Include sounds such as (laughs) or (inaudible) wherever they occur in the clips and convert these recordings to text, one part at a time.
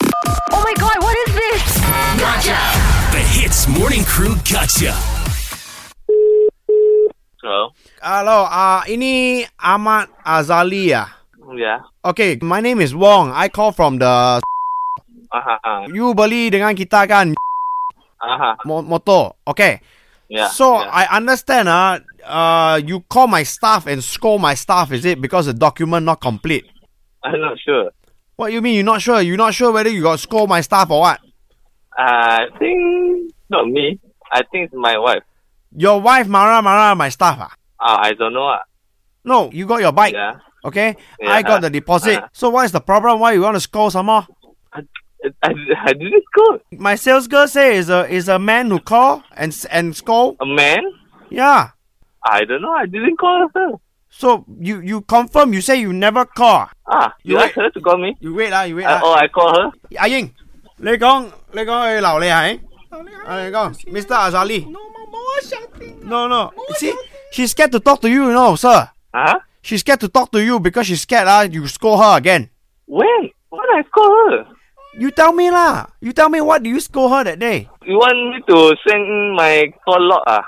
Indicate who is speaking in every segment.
Speaker 1: Oh my god, what is this?
Speaker 2: The Hits Morning Crew Gotcha.
Speaker 3: Hello.
Speaker 4: Hello, uh, ini Ahmad Azali ya.
Speaker 3: Yeah.
Speaker 4: Okay, my name is Wong. I call from the. (laughs)
Speaker 3: Uh-huh. uh,
Speaker 4: You beli dengan kita kan (laughs)
Speaker 3: Uh-huh.
Speaker 4: mo- motor. Okay.
Speaker 3: Yeah.
Speaker 4: so
Speaker 3: yeah.
Speaker 4: I understand. Uh, uh, you call my staff and scold my staff. Is it because the document not complete?
Speaker 3: I'm not sure.
Speaker 4: What you mean? You're not sure? You're not sure whether you got scold my staff or what?
Speaker 3: I think not me. I think it's my wife.
Speaker 4: Your wife marah marah my staff. Ah?
Speaker 3: Uh, I don't know. ah.
Speaker 4: No, you got your bike.
Speaker 3: Yeah.
Speaker 4: Okay,
Speaker 3: Yeah.
Speaker 4: I got the deposit.
Speaker 3: Uh-huh.
Speaker 4: So what is the problem? Why you want to scold some more?
Speaker 3: I, I didn't call
Speaker 4: My sales girl say is a is a man who call and s- and scold.
Speaker 3: a man.
Speaker 4: Yeah.
Speaker 3: I don't know. I didn't call her.
Speaker 4: So you you confirm you say you never call.
Speaker 3: Ah, you
Speaker 4: You
Speaker 3: asked her to call me.
Speaker 4: You wait lah, you wait
Speaker 3: Uh, oh,
Speaker 4: lah.
Speaker 3: I call her.
Speaker 4: 阿英，你讲你讲去留你系？阿英讲，Mr. Azali。No no. See, she's scared to talk to you, you know, sir.
Speaker 3: Huh?
Speaker 4: She's scared to talk to you because she's scared ah. You scold her again.
Speaker 3: When? When I call her?
Speaker 4: You tell me lah. You tell me what do you scold her that day?
Speaker 3: You want me to send my call log? Ah,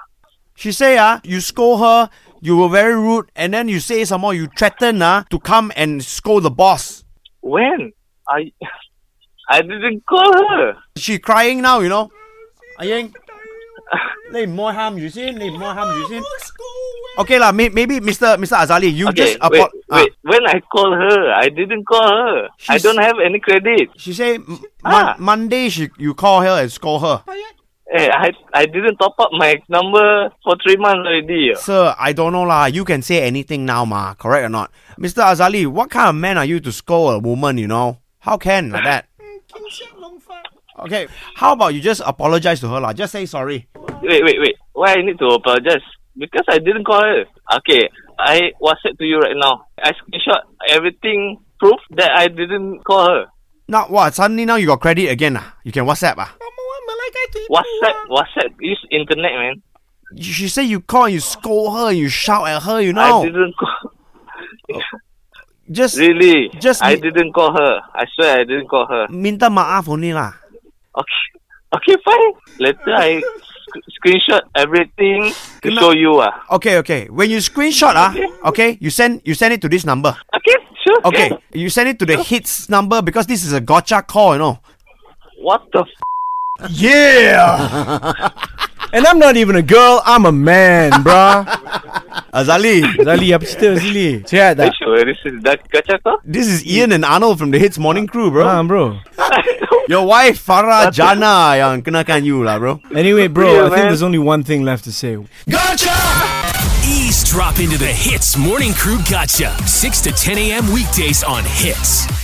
Speaker 4: She say ah, you scold her. You were very rude, and then you say some more. You threaten ah to come and scold the boss.
Speaker 3: when? I (laughs) I didn't call her.
Speaker 4: She crying now, you know. Ayeng, 你唔好喊住先，你唔好喊住先。Okay lah, may, maybe Mr. Mr. Azali, you
Speaker 3: Okay,
Speaker 4: just apo-
Speaker 3: wait,
Speaker 4: ah,
Speaker 3: wait. When I call her, I didn't call her. I
Speaker 4: She's-
Speaker 3: don't have any credit.
Speaker 4: She say m-
Speaker 3: Ah.
Speaker 4: mon- Monday she you call her and scold her.
Speaker 3: Hey, Eh, I I didn't top up my number for three months already.
Speaker 4: Sir, I don't know lah. You can say anything now, ma. Correct or not, Mr. Azali? What kind of man are you to scold a woman? You know how can like that? Okay, how about you just apologize to her lah? Just say sorry.
Speaker 3: Wait, wait, wait. Why I need to apologize? Because I didn't call her. Okay, I WhatsApp to you right now. I screenshot everything, proof that I didn't call her.
Speaker 4: Now what? Suddenly now you got credit again ah? You can WhatsApp ah?
Speaker 3: WhatsApp, WhatsApp is internet, man.
Speaker 4: She say you call, you scold her, you shout at her. You
Speaker 3: I
Speaker 4: know,
Speaker 3: didn't call. (laughs)
Speaker 4: just
Speaker 3: Really?
Speaker 4: Just
Speaker 3: I
Speaker 4: me-
Speaker 3: didn't call her. I swear I didn't call her.
Speaker 4: minta maaf only lah.
Speaker 3: Okay, okay, fine. Later I sc- screenshot everything to
Speaker 4: Kena-
Speaker 3: show you. Ah,
Speaker 4: Okay, okay. When you screenshot ah, okay, you send you send it to this number.
Speaker 3: okay, sure.
Speaker 4: Okay,
Speaker 3: yeah.
Speaker 4: you send it to the hits number because this is a gotcha call, you know.
Speaker 3: What the? F-
Speaker 5: Yeah. and I'm not even a girl. I'm a man, bruh.
Speaker 4: Azali,
Speaker 5: Zali, apa cerita Zali? Sihat tak?
Speaker 3: sure, this is that gacha call.
Speaker 4: this is Ian and Arnold from the Hits Morning Crew, bro.
Speaker 5: Ah, bro.
Speaker 4: Your wife Farah Jana yang kenakan you lah, bro.
Speaker 5: Anyway, bro,
Speaker 3: Yeah,
Speaker 5: I think
Speaker 3: man.
Speaker 5: there's only one thing left to say.
Speaker 2: Eavesdrop into the Hits Morning Crew Gotcha. 6 to 10 a.m. weekdays on Hits.